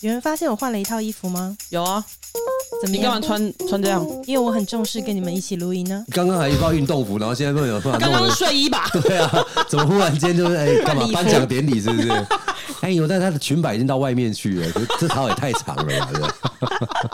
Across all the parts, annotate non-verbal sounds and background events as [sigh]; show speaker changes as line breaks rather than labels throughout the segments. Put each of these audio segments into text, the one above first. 有人发现我换了一套衣服吗？
有啊，
怎么
你干嘛
样？
穿穿这样？
因为我很重视跟你们一起录音呢、
刚刚还一套运动服，然后现在不有突然
刚
弄
刚
得
是睡衣
[laughs]
吧？
对啊，怎么忽然间就是哎
[laughs]
干嘛
换礼服
颁奖典礼是不是？哎呦，但她的裙摆已经到外面去了，这这套也太长了吧！ [laughs]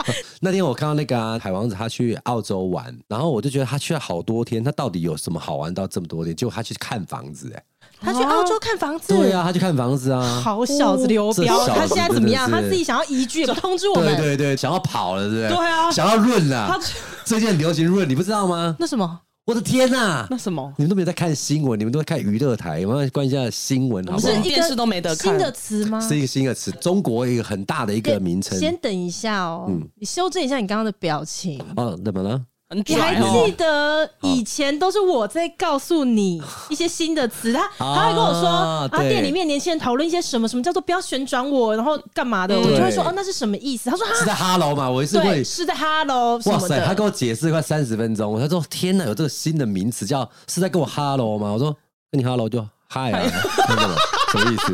这那天我看到那个、啊、海王子他去澳洲玩，然后我就觉得他去了好多天，他到底有什么好玩到这么多天？结果他去看房子、哎，
他
啊
去澳洲看房子，
对啊，他去看房子啊，
好小子刘
哦
彪，
这小子
他现在怎么样？
真的
他
是
自己想要移居，也不通知我
对
们。
对对，想要跑了，对不对？
对啊
想要润啊
他！
最近很流行润，你不知道吗？
那什么？
我的天啊呐、
那什么？
你们都没有在看新闻，你们都在看娱乐台，我们要关一下新闻好
不
不
是
好？
一个
哦电视都没得看
新的词吗？
是一个新的词，中国一个很大的一个名称。嗯
先等一下哦，你修正一下你刚刚的表情。
哦，怎么了？
很
你还
拽哦
记！得以前都是我在告诉
[laughs]
你一些新的词，他他会跟我说啊，
对
店里面年轻人讨论一些什么什么叫做不要旋转我，然后干嘛的，
嗯
我就会说
对
哦那是什么意思？他说
是
哈，
在哈喽嘛？我一次
对，
会，
是在 hello 什
哇
么
塞，他
的
跟，我解释快三十分钟，他说：“天哪，有这个新的名词叫是在跟我哈喽吗？”我说：“跟你哈喽就嗨啊，他说什么什么意思？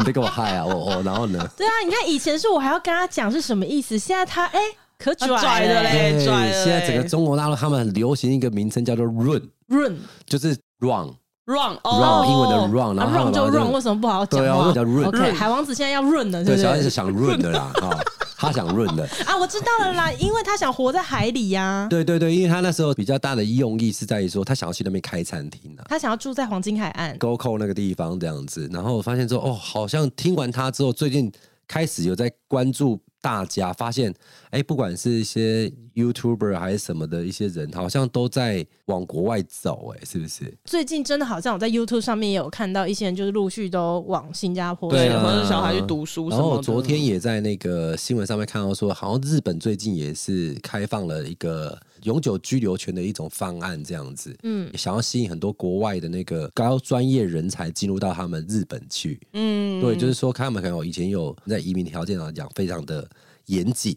[laughs] 你在跟我嗨啊？我我然后呢？
对啊，你看以前是我还要跟他讲是什么意思，现在他哎可拽
他拽的
嘞，
嘞哎
对
拽了
现在整个中国大陆他们很流行一个名称叫做润，
润
就是 wrong
run 哦
wrong，英文的 wrong，
啊
然后他
润
们
就
把它
润，为什么不好好讲
对啊
话
我叫润
OK，
润
海王子现在要润了，对
对，
不
小燕
对
是？想润的啦啊，他想润的。”
啊，我知道了啦，因为他想活在海里呀，
对对对，因为他那时候比较大的用意是在于说，他想要去那边开餐厅啊。
他想要住在黄金海岸。
沟扣那个地方这样子，然后我发现说，哦，好像听完他之后，最近开始有在关注大家，发现，哎，不管是一些 YouTuber 还是什么的一些人，好像都在往国外走、哎，是不是？
最近真的好像我在 YouTube 上面也有看到一些人，就是陆续都往新加坡去
对，
啊
了
或者是小孩去读书什
然
么的。
后我昨天也在那个新闻上面看到说，好像日本最近也是开放了一个永久居留权的一种方案，这样子，嗯，想要吸引很多国外的那个高专业人才进入到他们日本去，嗯，对，就是说他们可能有以前有在移民条件上讲非常的严谨。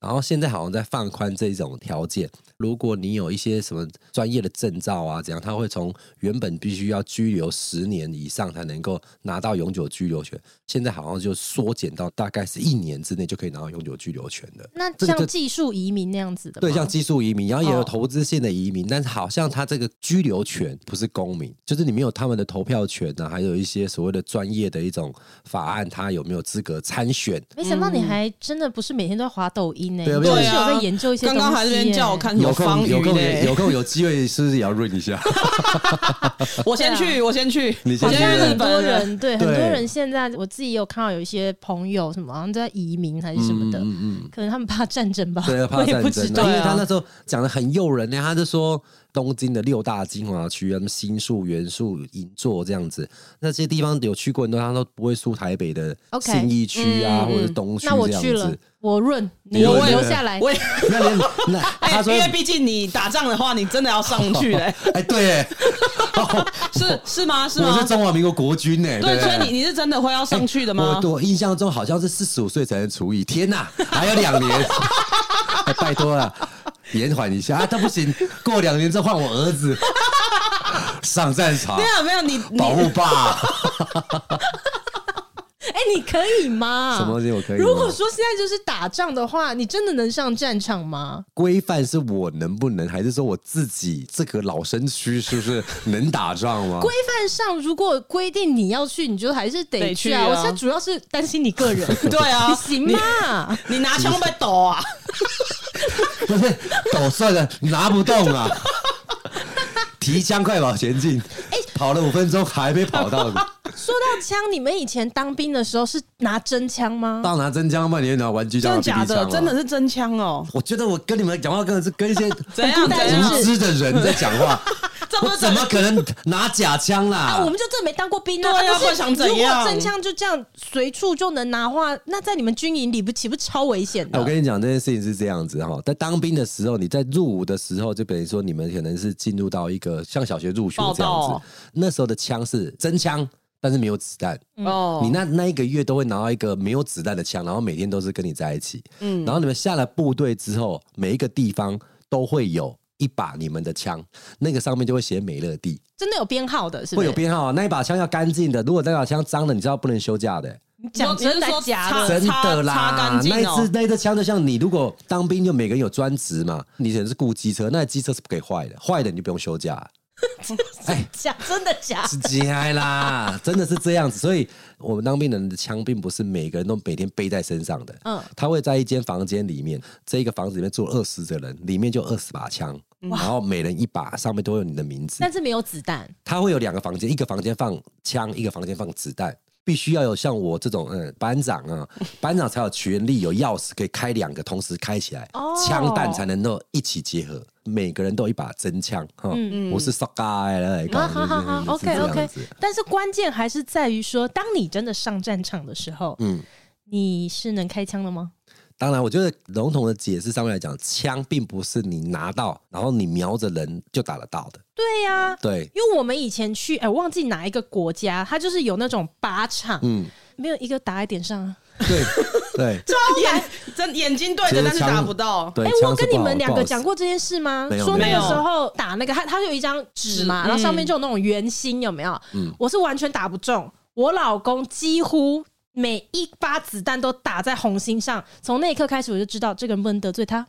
然后现在好像在放宽这种条件，如果你有一些什么专业的证照啊，怎样，他会从原本必须要居留十年以上才能够拿到永久居留权，现在好像就缩减到大概是一年之内就可以拿到永久居留权了。
那
这个
像
就
技术移民那样子的吗，
对，像技术移民，然后也
哦
有投资性的移民，但是好像他这个居留权不是公民，就是你没有他们的投票权啊，还有一些所谓的专业的一种法案，他有没有资格参选？
没想到你还真的不是每天都在滑抖音呢、
对啊
你真的
对
是有
啊
在研究一些东
刚
西耶、
刚还在那边叫我看什么
有空
方
有
语
空有有
嘞，
空有机会是不是也要润
[laughs]
一下？
我先去，我先去，
你先
我
去
去日
很多
本了。
人对很
对
多人现在，我自己也有看到有一些朋友什么好像在移民还是什么的，
嗯嗯。
可能他们怕战争吧，
对，怕
我也
战
不知
争
道
啊，因为
对啊
他那时候讲的很诱人呢，他就说东京的六大精华区啊，什么新宿、原宿、银座这样子，那些地方有去过很多，他都不会输台北的
OK，
信义区啊，
嗯
或者东区
那我
这样
去了
子。，
我润，你
我
留
也
下来。
我也
那连
[laughs]
那
哎
[laughs] 他，
因
说
为毕竟你打仗的话，你真的要上去
[laughs]
嘞，
哎，
[laughs]
对耶，哦
是是吗？是
[laughs] 我
吗
是？中华民国国军呢，
对，
不
所以你你是真的会要上去的吗？
哎我我印象中好像是四十五岁才能除以，
[laughs]
天哪，还有两年，哎拜托了，延缓一下啊！但不行，过两年再换我儿
[laughs]
子上战场
没，有没有，你
[laughs] 保
你
护爸。
哎、你可以吗？
什么东西我可以吗
如果说现在就是打仗的话，你真的能上战场吗？
规范是我能不能，还是说我自己这个老身躯是不是能打仗吗
规？范上如果规定你要去，你就还是得
得
去
去
啊。
啊
我现在主要是担心你个
[laughs]
人，
对啊
你，行吗？ [laughs]
你拿枪被抖啊，
不是，抖算了，拿不动啊！提枪快跑前进，
哎
跑了五分钟还没
[laughs]
跑到，
说到枪，你们以前当兵的时候是拿真枪吗？
到拿真枪吗？你会拿玩具
真
枪、
的假
BB 枪
的？
吗
真的。是真枪哦，
我觉得我跟你们讲话，根本是跟一些
怎样
但
怎
是
样
无？知的人在讲话，
这不
我
是
怎
真
么可能拿假枪
啊，我
啦？
们就真的没当过兵啊！
对啊
不
不
是
然想怎样
如果真枪就这样随处就能拿话，那在你们军营里不岂不超危险
哎
的？
我跟你讲，这件事情是这样子哈，在当兵的时候，你在入伍的时候，就等于说你们可能是进入到一个像小学入学这
报
样
道
子
哦，
那时候的枪是真枪，但是没有子弹。
哦
你那那一个月都会拿到一个没有子弹的枪，然后每天都是跟你在一起。嗯，然后你们下了部队之后，每一个地方都会有一把你们的枪，那个上面就会写美乐蒂，
真的有编号的，是不
会
是？
有编号啊。那一把枪要干净的，如果那把枪脏了，你知道不能休假的、
你讲真的
你是说
假
擦
的？
真
哦
的
擦干
啦，
净
那一
哦
支那一支枪就像你，如果当兵就每个人有专职嘛，你人是雇机车，那机车是不可以坏的，坏的你就不用休
[laughs]
假。哎，
讲真的
[laughs]
假的？
是真爱啦，真的是这样子。所以我们当兵的人的枪，并不是每个人都每天背在身上的。
嗯
嗯，他会在一间房间里面，这个房子里面住二十个人，里面就二十把枪，
嗯
然后每人一把，上面都有你的名字。
但是没有子弹，
它会有两个房间，一个房间放枪，一个房间放子弹。必须要有像我这种嗯班长
[laughs]
啊，班长才有权利，有钥匙可以开两个，同时开起来
哦，
枪弹才能够一起结合。每个人都有一把真枪哈，
嗯
我是 s o 来哎搞
啊，好好好
就是
，OK
这样
OK
子。
但是关键还是在于说，当你真的上战场的时候，
嗯
你是能开枪的吗？
当然，我觉得笼统的解释上面来讲，枪并不是你拿到，然后你瞄着人就打得到的。
对呀、
对，
因为我们以前去，哎、我忘记哪一个国家，它就是有那种靶场，
嗯，
没有一个打在点上啊。
对
[laughs]
对 [laughs]
眼真眼睛对着，但是打不到。
对
哎、。我
枪是
跟你
不好
们两
不
个
好
讲过这件事吗？
没有
说那
没
个
有
时候打那个，它它有一张纸嘛，
纸
然后上面就有那种圆心，有没有？
嗯
我是完全打不中，我老公几乎。每一发子弹都打在红心上，从那一刻开始我就知道这个人不能得罪
[laughs]
他。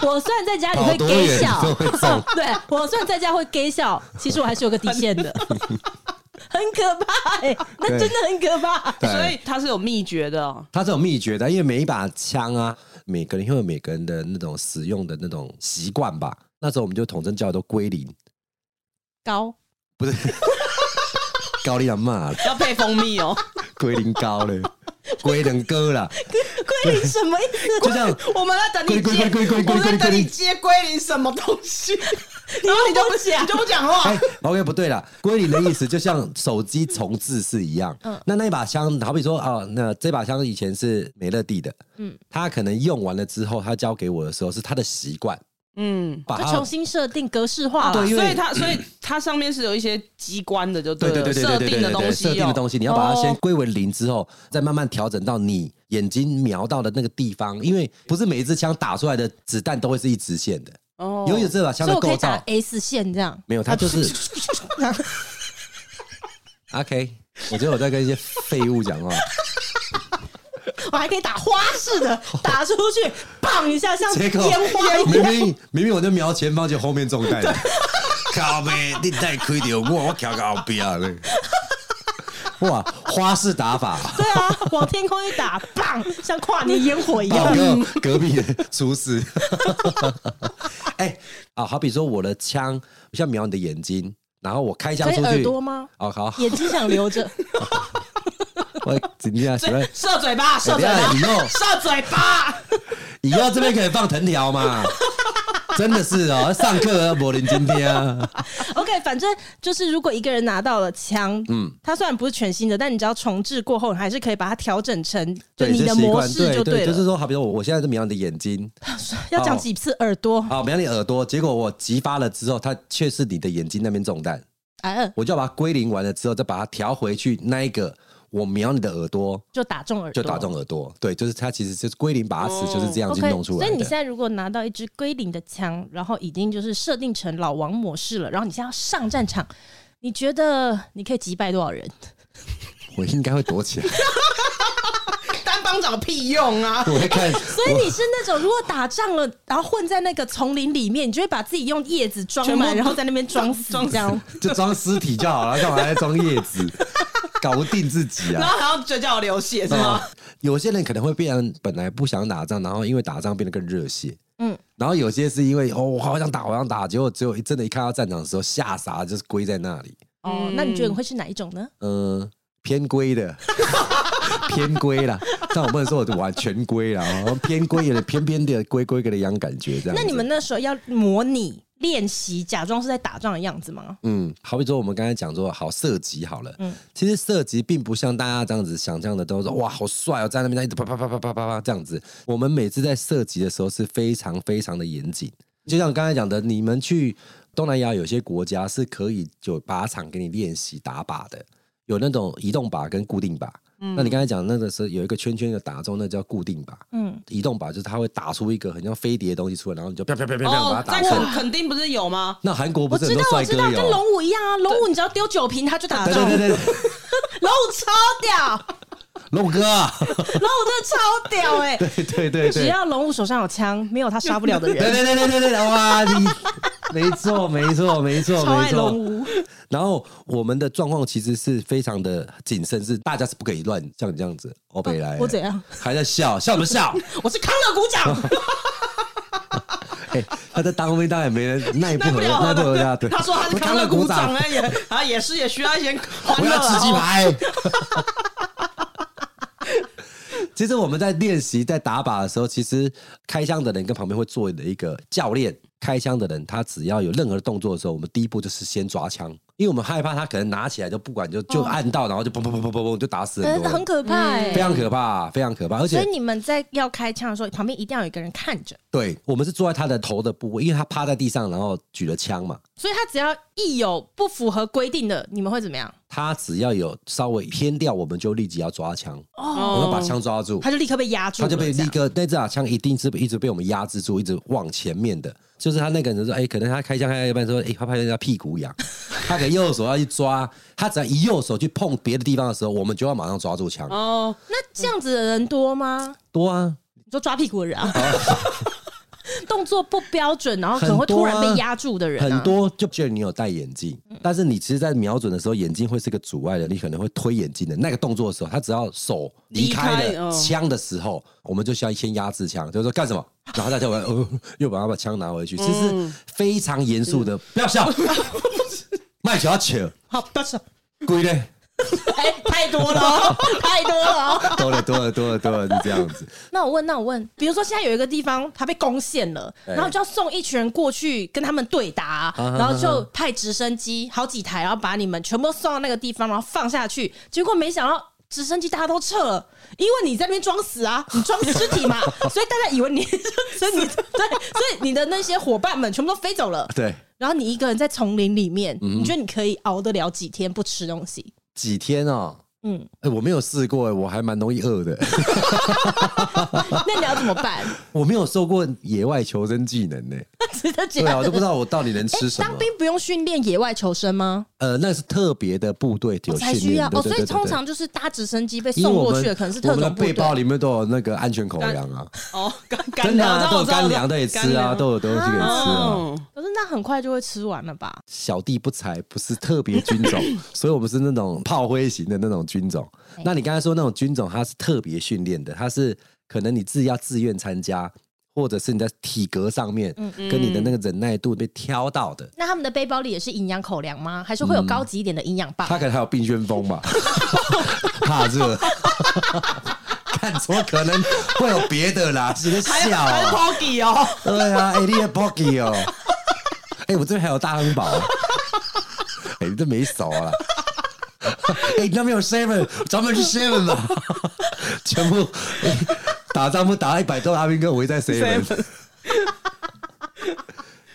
我虽然在家里会
跑多远
给笑
都会 [laughs] 中，
对我虽然在家会给笑，其实我还是有个底线
[laughs]
的，很可怕哎、那真的很可怕。
对
所以它是有秘诀的哦。
它是有秘诀的，因为每一把枪啊，每个人会有每个人的那种使用的那种习惯吧。那时候我们就统称叫做归零，
高
高丽人骂
要配蜂蜜
[laughs]
哦，
归零高了，归零哥啦，
归
[laughs]
零什么意思？
就像
我们在等你
龟
接，
龟龟龟
我
龟
们在
龟
等
龟
你接归零什么东
[laughs]
西，然后你就不讲，你就不讲话
哎、，o k 不对啦，归零的意思就像手机重置是一样。
嗯
那那一把枪，好比说啊、那这把枪以前是美乐蒂的，
嗯
嗯，他可能用完了之后，他交给我的时候是他的习惯，
嗯。
把
就
它
重新设定格式化了
啊对。因为
所以它所以它上面是有一些机关的，就
对对
了
对对
设
对对
定
对
的
对
东
对，
西哦，
设定的东西，你要把它先
哦
归为零之后，再慢慢调整到你眼睛瞄到的那个地方，因为不是每一支枪打出来的子弹都会是一直线的，
哦
由于这把枪
所以我
的
可
啊构
以打
造
S 线这样。
没有，它就是
[laughs]
OK。我觉得我在跟一些废物讲话，
我还可以打花式
[laughs]
的，打出去，棒一下，像
结
烟
果
花一
明
样。
明明明我就瞄前方，就后面中弹了， [laughs] 靠呗，你带亏掉我，我靠靠边了。
[laughs]
哇，花式打法，
对啊，往天空一打，
[laughs]
棒，像跨年烟火一
宝
样。
哥隔壁的
[laughs]
厨师。哎、啊，好比说我的枪，我像瞄你的眼睛，然后我开枪
所以
出去，
耳朵
[laughs]
吗？
哦，好，
眼睛想留着，
我今
[laughs]
天喜欢
嘴。射嘴巴，射嘴
哎
巴
等一下以后，
射嘴巴， [laughs]
以后这边可以放藤条
[laughs]
嘛？真的是哦，上课柏林今天啊，
OK，反正就是如果一个人拿到了枪，嗯，它虽然不是全新的，但你只要重置过后，你还是可以把它调整成就你的
这习
模
惯
式
对
就
对，
了。
就是说，好比说我我现在是瞄你的眼睛，
要讲几次耳朵？
啊，瞄你耳朵，结果我击发了之后，它却是你的眼睛那边中弹，
哎，
我就要把它归零完了之后，再把它调回去那一个我瞄你的耳朵，
就打中耳朵，
就打中耳朵。对，就是它其实就是归零把它词，就是这样去
哦 OK，
弄出来
所以你现在
的。
如果拿到一支归零的枪，然后已经就是设定成老王模式了，然后你现在要上战场，你觉得你可以击败多少人？
我应该会躲起来， [laughs]
单帮长有屁用啊！
我会看。
所以你是那种如果打仗了，然后混在那个丛林里面，你就会把自己用叶子装
全
满，
部
然后在那边装死，这样。
就装尸体就好了，干嘛还装叶子？搞不定自己
然
啊！
后还要嘴角流血是吗？
啊有些人可能会变成本来不想打仗，然后因为打仗变得更热血。
嗯
嗯，然后有些是因为哦，我好想打，我想打，结果只有真的，一看到战场的时候吓傻，就是归在那里。
哦，那你觉得你会是哪一种呢？
嗯、偏归的， [laughs] 偏归啦。但我不能说我完全归啦，哦偏归有点偏偏的归归个的样感觉这样子。
那你们那时候要模拟练习，假装是在打仗的样子吗？
嗯，好比说我们刚才讲说好射击好了，
嗯
其实射击并不像大家这样子想象的，都说哇好帅哦，在那边一直啪啪啪啪啪啪啪这样子。我们每次在射击的时候是非常非常的严谨，就像刚才讲的，你们去东南亚有些国家是可以有靶场给你练习打靶的，有那种移动靶跟固定靶。那你刚才讲那个是有一个圈圈的打中，那叫固定靶。
嗯，
移动靶就是它会打出一个很像飞碟的东西出来，然后你就啪啪啪啪啪把它
哦，
打
在
出
肯
来。
肯定不是有吗？
那韩国不
我
是很
知
多
道，我
帅
知
哥
道，
有？
跟龙武一样啊，龙武你只要丢酒瓶他就打
对
中
对，对对，
龙武超屌，
龙哥，
龙武真的超屌哎、
[laughs] 对对对
只
对，
要龙武手上有枪，没有他杀不了的
[laughs] 对对
人。
对对对对，哇，你没错没错没错
超
没
爱龙
错。
武，
然后我们的状况其实是非常的谨慎，是大家是不可以乱像你这样子，欧北来、
我怎样？
还在笑笑什么笑？
我是康乐鼓
[laughs]
掌，
哎、他在当兵当然没人耐不
耐
住
不了
耐
他
不住他，
的，
对，
他说他是
我
康乐鼓掌，哎，也啊也是也需要一些欢
我
乐
要吃鸡
啊。
排。 [laughs] 其实我们在练习在打靶的时候，其实开枪的人跟旁边会坐的一个教练，开枪的人他只要有任何动作的时候，我们第一步就是先抓枪，因为我们害怕他可能拿起来就不管就就按到，然后就砰砰砰砰砰砰就打死很
哦真的 [laughs]
多
很
人，
可怕哎、
非常可怕，非常可怕。而
所
且
以你们在要开枪的时候，旁边一定要有一个人看着，
对我们是坐在他的头的部位，因为他趴在地上，然后举了枪嘛，
所以他只要一有不符合规定的，你们会怎么样？
他只要有稍微偏掉，我们就立即要抓枪，我
哦，
们要把枪抓住。
他就立刻被压住
他
了，
就被
这
立
样
刻那支把枪一定是一直被我们压制住，一直往前面的。就是他那个人就说，哎、可能他开枪开到一半说，哎、他怕人家屁股痒，他可能右手要去抓，他只要一右手去碰别的地方的时候，我们就要马上抓住枪。
哦，
那这样子的人多吗？
多啊，
你说抓屁股的
[laughs]
人啊，动作不标准，然后可能会突然被压住的人、啊，
很多就觉得你有戴眼镜，
嗯
但是你其实，在瞄准的时候，眼睛会是个阻碍的，你可能会推眼镜的那个动作的时候，他只要手离开
离开
了
哦
枪的时候，我们就需要先压制枪，就是说干什么，然后大家完、呃、又把他把枪拿回
嗯
去，其实非常严肃的，不要
[laughs]
笑，卖小球，
好，哦不要笑，
鬼嘞，
哎、太多了哦，太多了哦。
多了多了多了多了，是这样子，
那我问，那我问，比如说现在有一个地方它被攻陷了，
哎
然后就要送一群人过去跟他们对打啊、
啊
然后就派直升机好几台，然后把你们全部都送到那个地方，然后放下去。结果没想到。直升机大家都撤了，因为你在那边装死啊，你装尸体
[laughs]
嘛，所以大家以为你，所以你对，所以你的那些伙伴们全部都飞走了。
对。
然后你一个人在丛林里面，
嗯
你觉得你可以熬得了几天不吃东西？ [laughs]
几天哦。嗯
嗯，
哎、我没有试过，我还蛮容易饿的。 [laughs]
那你要怎么办？ [laughs]
我没有受过野外求生技
[laughs]
能呢、
值得讲
[laughs] 对
的。
啊，我都不知道我到底能吃什么。
当兵不用训练野外求生吗？
呃，那是特别的部队有
才
训
需
练
要
的，
哦，
对
所
对
以
对对
通常就是搭直升机被
因为
送
我
过
们
去的，可能是
我
特
们的
种部
背包
队。
里面都有那个安全口粮啊，
哦，干干
真的啊，
粮，
都
我
有
知道
干粮，都有吃啊，都有东西可以吃啊。
嗯，
可是那很快就会吃完了吧？
小弟不才，不是特别军
[laughs]
种，所以我们是那种炮灰型的那种军种。那你刚才说那种军种，它是特别训练的，它是可能你自己要自愿参加，或者是你在体格上面
嗯
跟你的那个忍耐度被挑到的。
那他们的背包里也是营养口粮吗？还是会有高级一点的营养棒？
他可能还有病宣风吧， [laughs] 怕热。 [laughs] 看，怎么可能会有别的啦？是在
还有
笑
还有
啊？
Poggy 哦，
对啊，哎、你也 b o g y 哦。哎、我这边还有大亨堡。哎、你这没熟啊。哎、你那边有 seven，咱们去 seven 吧。全部、哎打仗不打一百多，阿兵哥围在 seven。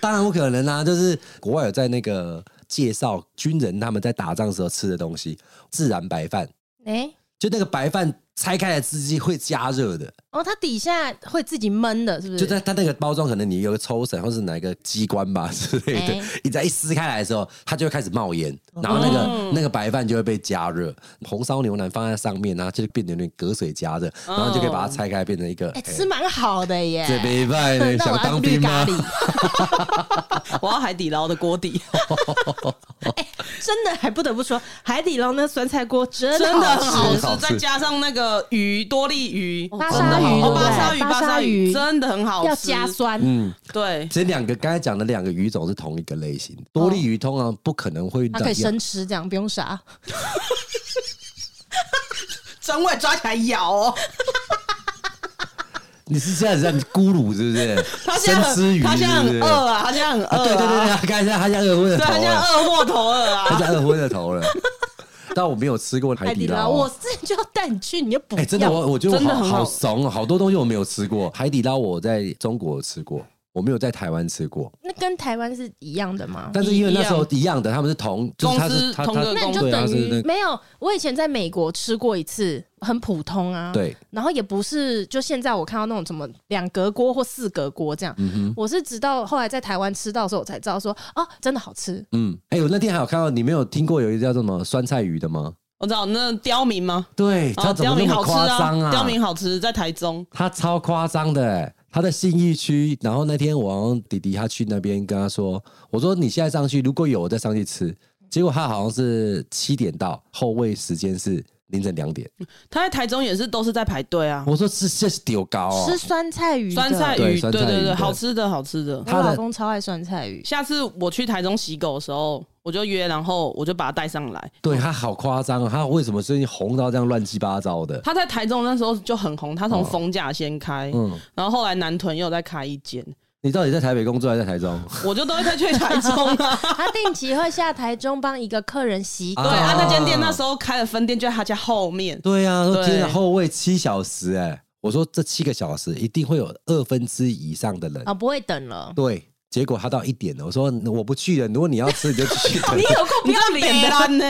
当然不可能啊，就是国外有在那个介绍军人他们在打仗时候吃的东西，自然白饭，
哎、
就那个白饭拆开来吃鸡会加热的，
哦，它底下会自己闷的，是不是？
就在它那个包装可能你有个抽绳或是哪一个机关吧之类的
哎，哦
你在一撕开来的时候，它就会开始冒烟，然后那个、那个白饭就会被加热，红烧牛腩放在上面啊，就变得有点隔水加热，然后就可以把它拆开变成一个。
哦哎、吃蛮好的耶。
这 [laughs] 没办呢，
[laughs] 那
想
我
当
要绿
兵
咖
吗？
[laughs] 喱，
我要海底捞的锅底，
真的还不得不说，海底捞那酸菜锅真
真的
吃
好
好
吃，
吃
再加上那个鱼多利鱼，
巴沙鱼对
哦
不对
巴沙鱼，
巴
巴
沙
沙
鱼
鱼真的很好吃，
要加酸，
对，
这两个刚才讲的两个鱼种是同一个类型，多利鱼通常不可能会
哦它可以
养
生吃，这样不用杀。
真会抓起来咬哦。
你是现在在咕噜是不是？
[laughs]
他现在
生吃
很，
鱼
他现在
是不
很
是？
饿啊，他现在很饿、
啊，对对对对，，他刚才他现在饿昏了
对他
头
现在
了，
饿过头了
他
啊。
现在饿昏了头了。 [laughs] 但我没有吃过海
海
底
底
捞
捞，
哦，
我之前就要带你去，你就不
哎、真的，
要
我我觉得
真
我
的
好
很好
好怂哦，好多东西我没有吃过。海底捞我在中国吃过，我没有在台湾吃过。
那跟台湾是一样的吗？
但是因为那时候一样的，他们是同，就是他
公
是
司
他
同
他
个
那你
公
就
对啊
等
是
于
那个
没有。我以前在美国吃过一次，很普通啊。
对。
然后也不是，就现在我看到那种什么两格锅或四格锅这样，
嗯
我是直到后来在台湾吃到的时候，我才知道说，哦，真的好吃。
嗯，哎、我那天还有看到，你没有听过有一个叫做什么酸菜鱼的吗？
我知道那刁民吗？
对欸他
啊，
怎
刁
么那
民
么
好吃
夸张啊？
刁民好吃，在台中。
他超夸张的、欸，他的信义区。然后那天我好像弟弟他去那边跟他说，我说你现在上去，如果有我再上去吃。结果他好像是七点到，后位时间是凌晨两点。
他在台中也是都是在排队啊，
我说这这是丢高哦
吃，酸菜鱼的，
酸菜鱼，
对
对
酸菜
对
鱼
对，
对
好吃的好吃的。
我
他的
老公超爱酸菜鱼，
下次我去台中洗狗的时候，我就约，然后我就把他带上来。
对他好夸张、哦，他为什么最近红到这样乱七八糟的？
他在台中那时候就很红，他从逢甲先开，
嗯，
然后后来南屯又在开一间，
你到底在台北工作还是在台中？
我就都会再去台中
[laughs]
啊。
他定期会下台中帮一个客人洗
啊
对，他那间店那时候开的分店就在他家后面。
对呀、啊，说
对
天哪，后位七小时哎、我说这七个小时一定会有二分之一以上的人。
啊，不会等了。
对，结果他到一点了，我说我不去了，如果你要吃你就继续 [laughs] 等，
有够
[laughs] 你这脸
啊
啊蛋呢？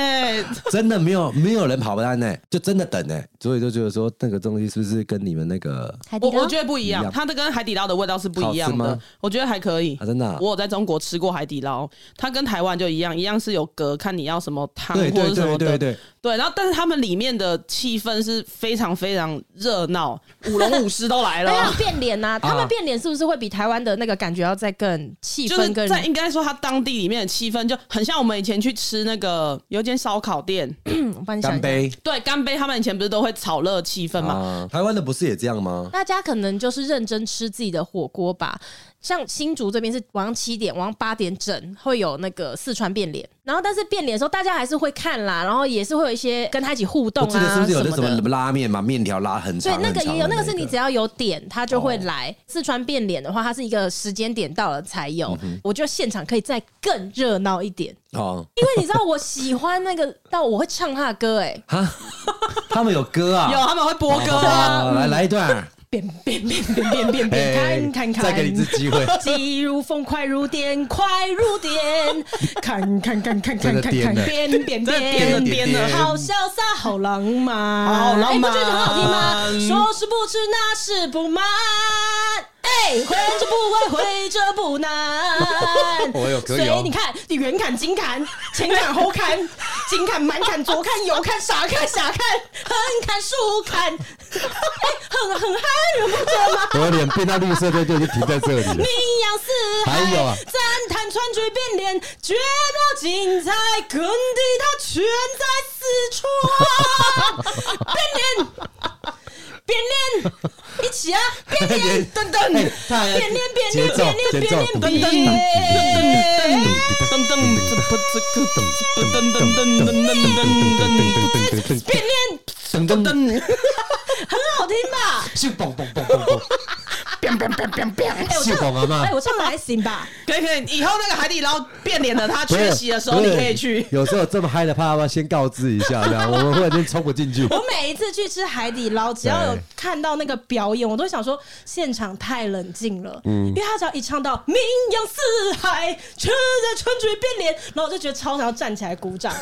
[laughs] 真的没有没有人跑不单呢、就真的等呢、欸所以就觉得说那个东西是不是跟你们那个
海底
我
捞
我觉得不一
一
样，
样
它的跟海底捞的味道是不一样的
好吃吗。
我觉得还可以
啊。真的啊、
我有在中国吃过海底捞，它跟台湾就一样，一样是有隔，看你要什么汤或
对对
者什
对
么
对
的。
对，
对，然后但是他们里面的气氛是非常非常热
[laughs]
闹，舞龙舞狮都来
那要
了。
啊变脸呐、
啊
他们变脸是不是会比台湾的那个感觉要再更气
就是
氛更？
在应该说，它当地里面的气氛就很像我们以前去吃那个有一间烧烤店，
嗯我帮你想
干
一下，
杯
对，干杯，他们以前不是都会炒热气氛嘛？
啊！台湾的不是也这样吗？
大家可能就是认真吃自己的火锅吧。像新竹这边是晚上七点，晚上八点整会有那个四川变脸，然后但是变脸的时候大家还是会看啦，然后也是会有一些跟他一起互动啊
我记得是不是有那
么
什么
的。
拉面嘛，面条拉很
所以
长，
那个
很长
也有，
的
那
那
个是你只要有点，他就会来。四川变脸的话，它是一个时间点到了才
嗯
有，我觉得现场可以再更热闹一点。
哦
因为你知道，我喜欢那个到我会唱他的歌、哎，
[laughs] 哈，他们有歌啊，
有，他们会播歌
哦
啊。
好来来一段，
变变变变变变
哎
变，看看看，
再给你一次机会，
急如风，快如电，快如
[laughs]
电，看看看看
真
看
的
看
颠
看
了，
变变
真的颠了
变，
颠了
好潇洒，好浪漫，
好浪漫
哎不觉得很好听吗？说是不吃，那是不慢，哎，回着不会，回着不
[laughs]
难。
我有可以
所
哦
以你看，你远看近
[laughs]
看，前看后看，近看满看，左看右看，傻看傻看，横看竖
[laughs]
看，哎，很很嗨，你们不觉得吗？
我的脸变到绿色，对对，就停在这里了
名。扬四海，
还有啊
赞叹川剧变脸，绝妙精彩，耕地它全在四川。变脸，变脸，一起啊！变脸，等等，
哎
变
他还
脸，变脸，
节
变
奏
脸，
节
变
奏
脸，
噔
变脸。
噔噔这不这个噔噔噔噔噔噔噔
变脸
噔噔噔，
[laughs] 很好听吧？
就嘣嘣嘣嘣嘣，
哎，我
就
唱，
嘣啊嘛
哎，。我唱的还行吧？
可以可以，以后那个海底捞变脸的他
不
缺
是
席的时候，你可以去
不。是有时候这么嗨的，怕要不要先告知一下？这样我们忽然间冲不进去。
我每一次去吃海底捞，只要有看到那个表演，我都会想说现场太冷静了，因为他只要一唱到“名扬四海，全在春水变脸”，然后我就觉得超想要站起来鼓掌，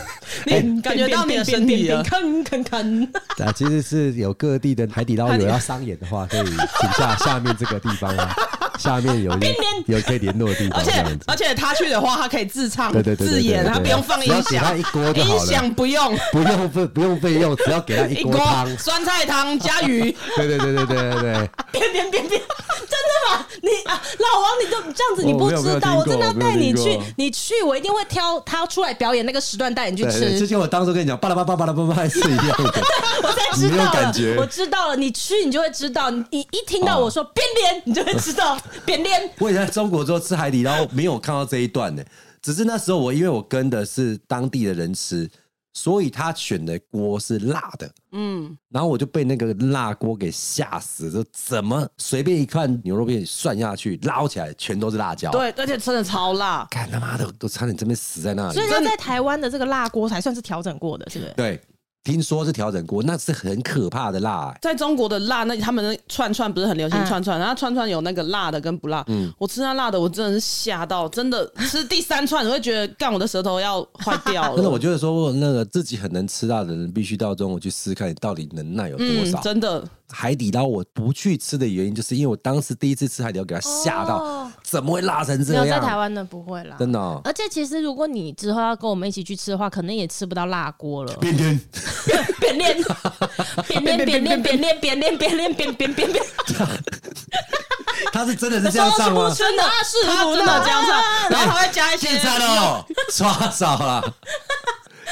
你感觉到你的身体了
看看看，
啊，其实是有各地的海底捞有要商演的话，可以请下下面这个地方啊，下面有一
边边
有可以联络的地
而
方，这
且
样子。
而且他去的话，他可以自唱
对对对对对
自演，
对对
他不用放
只要
音
给他
响，
一锅就好
音
了
响不用，
不用费不用费用，只要给他一
一
锅
锅
汤。
酸菜 [laughs] 汤加鱼，
对对对对对对对，
变变变变，真的吗？你啊，老王，你都这样子，你
我
不
哦没有没有
知道，
听
我
过
真的要
我没有
带你
听
去
过，
你去，我一定会挑他出来表演那个时段带你去
对对，
吃
就。像我当初跟你讲，巴拉巴巴巴拉巴巴是一样的。
我才知
你 [laughs] 没有
道
感
了
觉，哦
我知道了，你去你就会知道，你你一听到我说边边，你就会知道边边。
我也在中国之后吃海底捞，没有看到这一段呢、只是那时候我因为我跟的是当地的人吃，所以他选的锅是辣的，
嗯，
然后我就被那个辣锅给吓死，就怎么随便一看牛肉片涮下去，捞起来全都是辣椒。，
对，而且真的超辣，
干他妈的，我都差 [laughs] 点真的死在那里
所以。他在台湾的这个辣锅才算是调整过的，是不是？
对，听说是调整锅，那是很可怕的辣、欸。
在中国的辣，那他们那串串不是很流行
嗯
串串，然后串串有那个辣的跟不辣。我吃那辣的，我真的是吓到，真的吃第三串，我会觉得干我的舌头要坏掉了。
真的，我觉得说 [laughs] 那个自己很能吃辣的人，必须到中国去试试看，你到底能耐有多
嗯
少。，
真的，
海底捞我不去吃的原因，就是因为我当时第一次吃海底捞，给它吓到，
哦
怎么会辣成这
没有
样？
在台湾的不会啦。
真的哦
而且其实如果你之后要跟我们一起去吃的话，可能也吃不到辣锅了。
变天，
[laughs] 扁练，扁
[laughs]
练，扁练，扁练，扁练，扁练，扁扁扁扁。
他是真的是这样上吗？
真的是他真的这
[laughs]
样上，然后还会加一
[laughs]
些
现在哦，刷少了，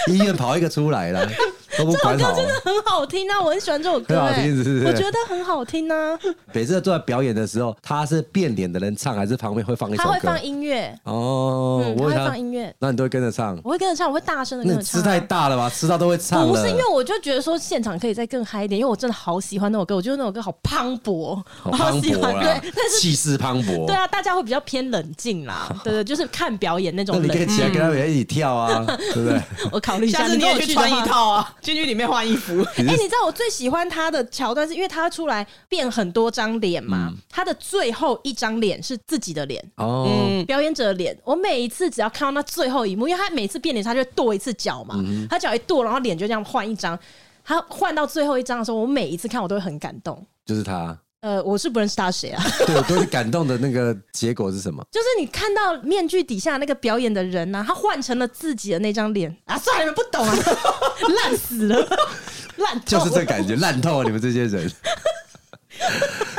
医院跑一个出来
[laughs]
了，都不管好。
很好听啊，我很喜欢这首歌、
很好
欸，
听是不是
我觉得很好听啊。
每次做表演的时候，他是变脸的人唱，还是旁边会放一首
他会
歌
放？音乐，
哦
嗯，
我以为
他会放音乐
那你都会跟着唱？
我会跟着唱，我会大声的
那
跟
你
着唱
吃
啊、
太大了吧？吃到都会唱了。
不是因为我就觉得说现场可以再更嗨一点，因为我真的好喜欢那首歌，我觉得那首歌好磅礴，我
好磅
喜
礴啊
欢。
啦
对，
[laughs]
但，是
气势磅礴。
对啊，大家会比较偏冷静啦，对对，就是看表演那
那
种嗯
你可以
冷。
起来跟他们一起跳啊，对不对？
我考虑一下，
下次
你
你
跟我
也
去
去
的话
穿一。套啊，进去里面换衣服。
哎、你知道我最喜欢他的桥段是因为他出来变很多张脸嘛？
嗯
他的最后一张脸是自己的脸，
哦，
嗯
表演者的脸，我每一次只要看到那最后一幕，因为他每次变脸，他就会跺一次脚
嗯
嘛，他脚一跺，然后脸就这样换一张。他换到最后一张的时候，我每一次看我都会很感动。
就是他。
呃，我是不认识他是谁啊， [laughs]
对，我都是感动的那个结果是
[laughs]
什么？
就是你看到面具底下那个表演的人啊呢、他换成了自己的那张脸啊，算了，你们不懂啊， [laughs] 烂死
[laughs]
了，烂透
就
了
是这感觉，烂透了你们这些
[laughs]
人。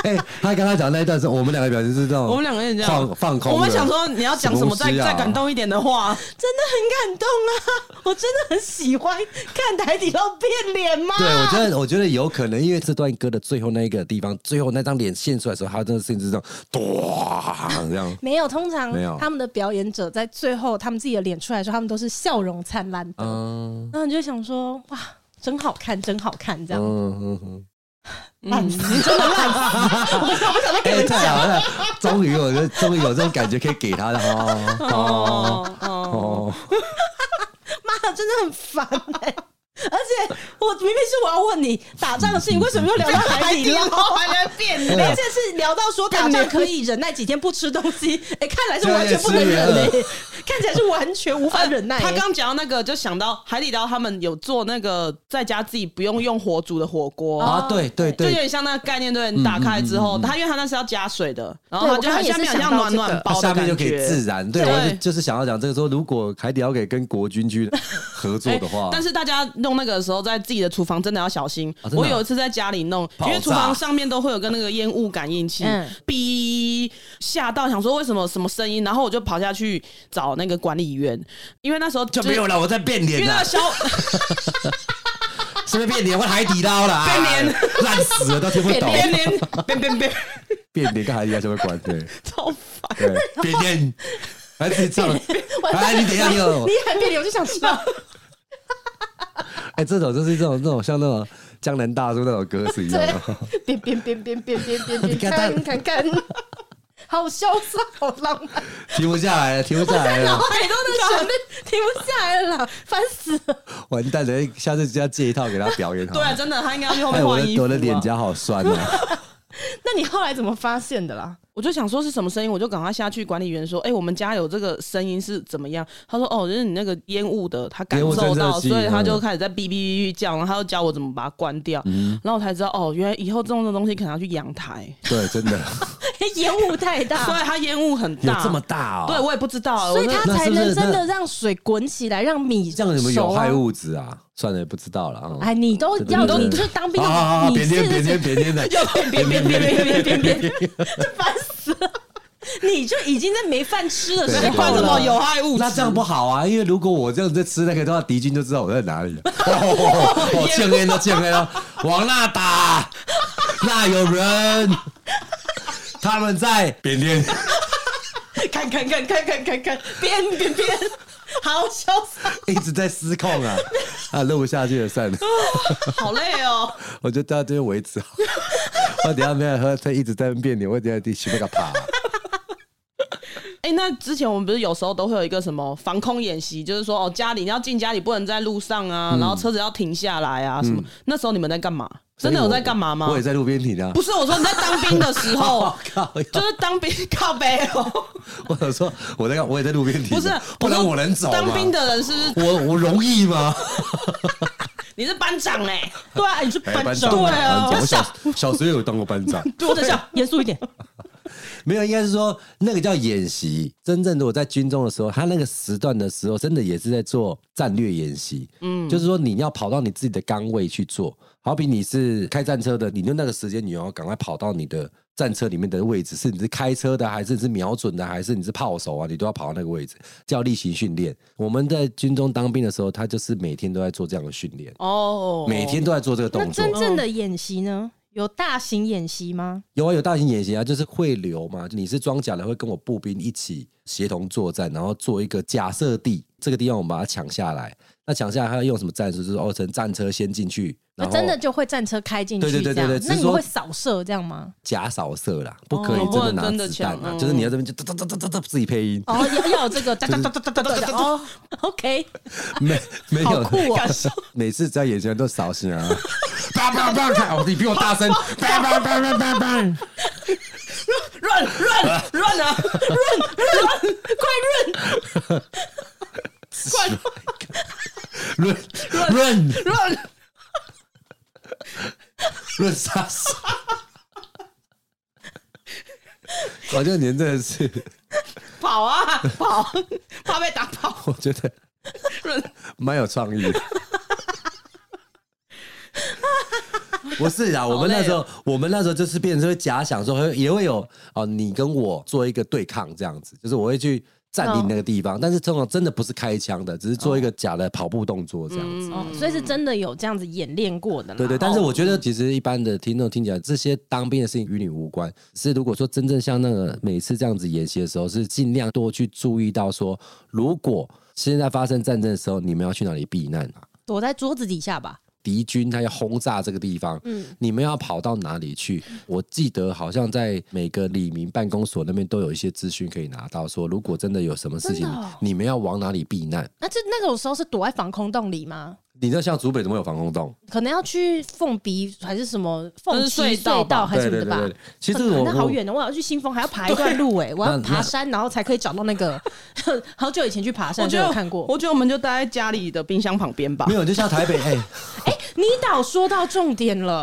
哎、他刚刚讲那一段是我们两个表情是这种，
我们两个人这样
放放空的。
我们想说你要讲什么，
什
再
么东西啊
再感动一点的话。
真的很感动啊，我真的很喜欢看海底捞变脸嘛。
对，我觉得我觉得有可能，因为这段歌的最后那一个地方，最后那张脸现出来的时候，他真的甚至这样，咚这样。
没有，通常
没有
他们的表演者在最后他们自己的脸出来的时候，他们都是笑容灿烂的。
[laughs]
嗯
然后你就想说，哇，真好看，真好看，这样、
嗯嗯嗯，
[laughs] 烂死，真的烂死，我真的不想再
哎、
跟你
太
讲。
好了，终于我就终于有这种感觉可以给他了哦哦
哦
[laughs]
哦，
哦，
妈，真的很烦哎、而且我明明是我要问你打仗的事情，为什么又聊到海底
[laughs]
捞？
还能变
而
啊
且是聊到说打仗可以忍耐几天不吃东西，哎、看来是完全不能忍哎、看起来是完全无法忍耐、
哎
欸。
他刚讲到那个，就想到海底捞他们有做那个在家自己不用用火煮的火锅，
啊，对对
就有
对，
点像那个概念，对，你打开之后，它因为它那是要加水的，然后它
对
就
我刚
它
刚也
下
是
面很
想
像
到
暖
这个
暖
它
包
下
的
面
感
就可以自
觉。
然。对，
对
我就就是想要讲这个说，如果海底捞给跟国军去合作的话，
哎但是大家弄那个的时候，在自己的厨房真的要小心。
啊真的啊
我有一次在家里弄，因
爆炸
为厨房上面都会有个那个烟雾感应器
嗯，
哔吓到想说为什么什么声音，然后我就跑下去找那个管理员，因为那时候
就是没有了，我在变
因
脸
为那
了
个，消
是不是变脸？我海底捞了，
变
脸
脸
烂死了，都听不懂，
边边边边边
变脸跟海底捞什么
[laughs]
关？对
超烦。
对，变脸，还自己
[laughs]
唱了，哎，你等一下，你有
你，一喊变脸，我就想笑。
哎，这种就是这种这种像那种江南大叔那种歌词一样的，
边边边边边边边
你
边
看他
看看看，好潇洒，好浪漫，
停不下来了，停不
[laughs]
下来
脑
哦
了，
海中的旋律停不下来了啦，烦死了！
完蛋了，哎下次就要借一套给他表演好
对
了。
啊，真的，他应该要去后
哎，
面
我
换衣
的
服啊。
我的脸颊好酸啊！
那你后来怎么发现的啦？
我就想说是什么声音，我就赶快下去管理员说：“哎、我们家有这个声音是怎么样？”他说：“哦，就是你那个烟雾的，他感
烟雾
受
侦测
到，
器
所以他
嗯
就开始在哔哔哔哔叫，然后他就教我怎么把它关掉。然后我才知道，哦，原来以后这种东西可能要去阳台，
对，
[laughs]
真的
烟雾太
所以
大，
它烟雾很
有
大，
这么大哦？
对，我也不知道，
所以
我就
它才能真的让水滚起来，让米
这样有没有
熟
有
啊
害？物质啊？算了，也不知道了啊。
哎，你都要
对对对
你就当兵
好好好，
的，
别
你
念
是
别念别念的，
别别别别别别别，就烦死了！你就已经在没饭吃的时
对
你管
候
什
对
么
了，
有害物质，
那这样不好啊，因为如果我这样在吃那个的话，敌军就知道我在哪里了。哦，欠恩了，欠恩了，往那打，那有人，他们在缅甸，
看看看看看看看，边边边，好潇洒！
一直在失控啊，啊，录不下去了，算了，
好累哦。
我就到这边为止好。我等一下没有喝，他一直在变脸，我等一下第七个爬。
哎、那之前我们不是有时候都会有一个什么防空演习，就是说哦，家里你要进家里不能在路上啊，
嗯
然后车子要停下来啊，什么？那时候你们在干嘛？真的有在干嘛吗
我？也在哦路边停啊。
不是，我说你在当兵的时候
[laughs] 我，靠！
就是当兵靠背哦，
[laughs] 我想说我在干，我也在路边停
不
啊。
是，
不然
说
我能走吗？
当兵的人是不是
我我容易吗？
你是班长
[laughs]
哎，
对啊，你是
哎
班
班
长，
长，
对啊
班长，我
班长
[laughs] 小小时候有当过班长，
坐着笑，严肃一点。
没有，应该是说那个叫演习。真正的我在军中的时候，他那个时段的时候，真的也是在做战略演习。嗯，就是说你要跑到你自己的岗位去做。好比你是开战车的，你就那个时间你要赶快跑到你的战车里面的位置，是你是开车的，还是你是瞄准的，还是你是炮手啊？你都要跑到那个位置，叫例行训练。我们在军中当兵的时候，他就是每天都在做这样的训练，
哦，
每天都在做这个
那
动作
真。正的演习呢？有大型演习吗？
有啊，有大型演习啊，就是会流嘛。你是装甲的，会跟我步兵一起协同作战，然后做一个假设地，这个地方我们把它抢下来。那抢下来，他要用什么战术？就是哦，乘战车先进去，
那
然后
真的就会战车开进去
对对
这
对
样？
对对
那
只
你们
是说
会扫射这样吗？
假扫射啦，不可以
哦
真的
不能真
拿
的
子弹啊，
抢
就是你要这边就哒哒哒哒哒哒自己配音，
哦，要要有这
[laughs]
个哒哒哒哒哒哒哒哒哦，OK，
没没有
好酷哦！
每次只要演习完都扫兴啊，叭叭叭叭，哦你比我大声，叭叭叭叭叭叭。
润润润啊，
润润
润
润杀手，好像您真的是，
跑啊跑，怕被打跑。
我觉得
润
蛮有创意的。不是啊，我们那时候，我们那时候就是变成会假想说，会也会有哦，你跟我做一个对抗这样子，就是我会去占领那个地方，但是通常真的不是开枪的，只是做一个假的跑步动作这样子。
嗯
哦，所以是真的有这样子演练过的啦。哦
对对，但是我觉
嗯
得其实一般的听众听起来，这些当兵的事情与你无关。是如果说真正像那个每次这样子演习的时候，是尽量多去注意到说，如果现在发生战争的时候，你们要去哪里避难啊？
躲在桌子底下吧。
敌军他要轰炸这个地方，嗯，你们要跑到哪里去？我记得好像在每个李明办公所那边都有一些资讯可以拿到，说如果真的有什么事情，
真的哦
你们要往哪里避难？
那这那种时候是躲在防空洞里吗？
你知道像竹北怎么有防空洞？
可能要去凤鼻还是什么凤
那是
七
隧道
隧
吧
道哦还是什么的
对对
吧？
对，其实
很
我
那好
我
远的，我要去新丰还要爬一段路哎，我要
那
爬山，然后才可以找到那个。 [laughs] 好久以前去爬
我
山就
觉
有
得
看过。
我觉得我们就待在家里的冰箱旁边吧
哦
没。有，就像台北，哎、
哎，你导说到重点了，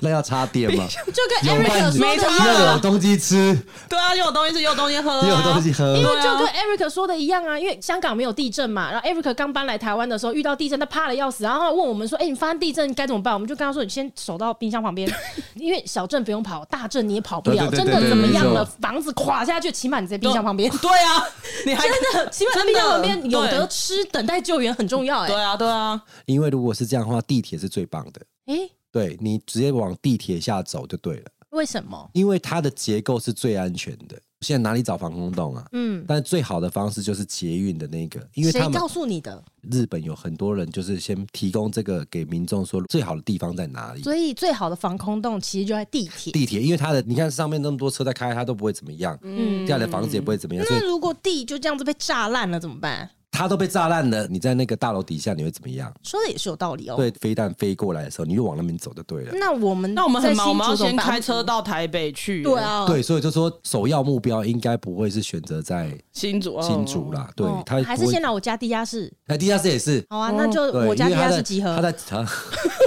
那要插电嘛？
就跟
有
Eric
饭
说的
没
一
差
样
又有
啊。
东西吃，
对啊，又有东西吃，又有东西喝、啊，
又有东西
因。
喝
为就
对啊
跟 Eric 说的一样啊，因为香港没有地震嘛，然后 Eric 刚搬来台湾的时候遇到地震，他怕的要死，然后他问我们说：“哎、你发生地震该怎么办？”我们就跟他说：“你先守到冰箱旁
[laughs]
边，因为小镇不用跑，大镇你也跑不了，
对对对
真的
对
怎么样了
没，
房子垮下去，起码你在冰箱旁边，
[laughs] 对啊，你还
真的，起码在冰箱旁边
真的
有得吃，等待救援很重要、
对
哎，
啊，对啊，
因为如果是这样的话，地铁是最棒的。
哎、
对你直接往地铁下走就对了，
为什么？
因为它的结构是最安全的。现在哪里找防空洞啊？
嗯，
但最好的方式就是捷运的那个，因为
谁
他们
告诉你的？
日本有很多人就是先提供这个给民众，说最好的地方在哪里。
所以最好的防空洞其实就在地铁。
地铁，因为它的你看上面那么多车在开，它都不会怎么样，
嗯
下来房子也不会怎么样，所以
那如果地就这样子被炸烂了怎么办？
它都被炸烂了。你在那个大楼底下，你会怎么样？
说的也是有道理哦。
对，飞弹飞过来的时候，你就往那边走就对了。
那我们
那我们很忙，
在
我
新
们
竹
要
怎
先
么办
开车到台北去。
对，啊，
对，所以就说首要目标应该不会是选择在
新竹，哦
新竹。啦，对
哦，
他
还是先来我家地下室。
哎地下室也是，
好啊，那就
对，
我家
因
地
为他
下
在
室集
他
合，
在他， [laughs]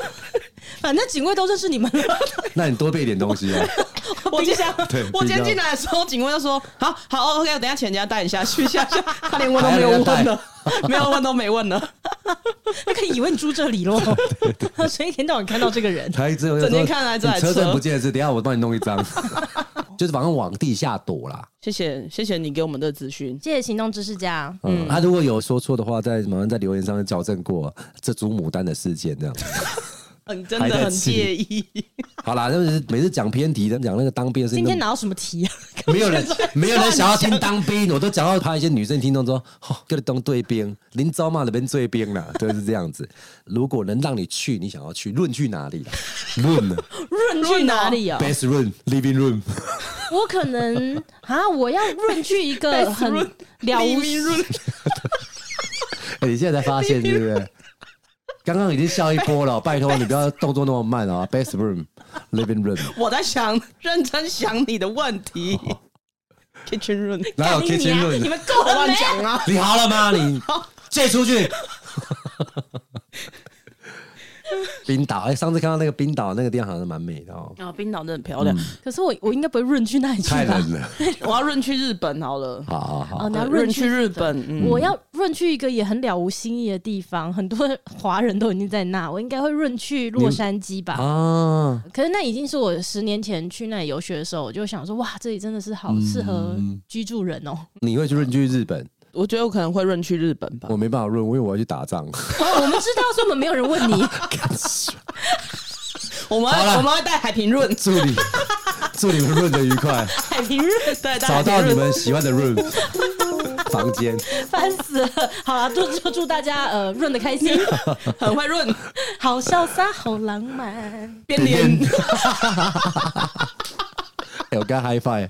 反正警卫都认识你们了。 [laughs]
那你多备一点东西啊，
[laughs] 我今天
对
[laughs] 我今天
冰箱
进来的时候，警卫就说：“好好，OK，等一下请人家带一下去一下。”
[laughs]
他连问都没有
还要
问
人
了，没有问都没问了。 [laughs]
他可以以为你住这里
[laughs]
喽， [laughs] 所以一天到晚看到这个人。
他一直有
整天
说
看
啊
来这台
你车震
车
不见了是，等一下我帮你弄
[laughs]
一张，就是反正往地下躲啦。
谢谢谢谢你给我们的资讯。
谢谢行动知识家。
嗯，他如果有说错的话，在马上在留言上面矫正过这祖牡丹的事件这样。
嗯，真的很介意。
好啦，就是每次讲偏题，讲那个当兵的事
今
情都，
天拿到什么题
[laughs]
啊？
没有人，没有人想要听当兵，我都讲到他一些女生听众说， [laughs] 哦，叫你当对兵，林昭嘛那边对兵啦， [laughs] 就是这样子。如果能让你去，你想要去，论去哪里 [laughs] 啦？论啊
润去哪里啊？
best room living room，
[laughs] 我可能啊，我要润去一
[laughs]
个很了无
[laughs] 黎明润
[laughs] 哎，你现在才发现对不对？ [laughs] 刚刚已经笑一波了，拜托你不要动作那么慢啊！Best room living room，
我在想认真想你的问 [laughs] 题。Kitchen [laughs] 润，
[laughs] 哪有
干你
kitchen
娘
room？
你
[laughs]
们够了
乱
没？
讲啊！
[laughs] 你好了吗？你借出去。冰岛，哎、上次看到那个冰岛那个地方好像蛮美的哦，
啊，冰岛真的很漂亮，
可是我我应该不会润去那里去
太
吧？
冷了，
[laughs] 我要润去日本好了。
好好好，
哦，你要
呃
润
去日本，嗯
我要润去一个也很了无新意的地方，很多华人都已经在那，我应该会润去洛杉矶吧。
啊，
可是那已经是我十年前去那里游学的时候，我就想说，哇，这里真的是好适合
嗯
居住人哦、 [laughs]
你会去润去日本？
我觉得我可能会润去日本吧
我。没办法润，因为我要去打仗。
哦，我们知道，所以我们没有人
[laughs]
问你。
我们
啦
我们会带海平润，
祝 [laughs] 你祝你们润的愉快，
海平润，对，带
找
海
到
平
你
润。
们喜欢的润房间。
[laughs] 烦死了！好啦，祝祝祝大家呃润的开心，
[laughs]
很会 [laughs] 润，
好潇洒，好浪漫。
变脸。
哎我刚 high five。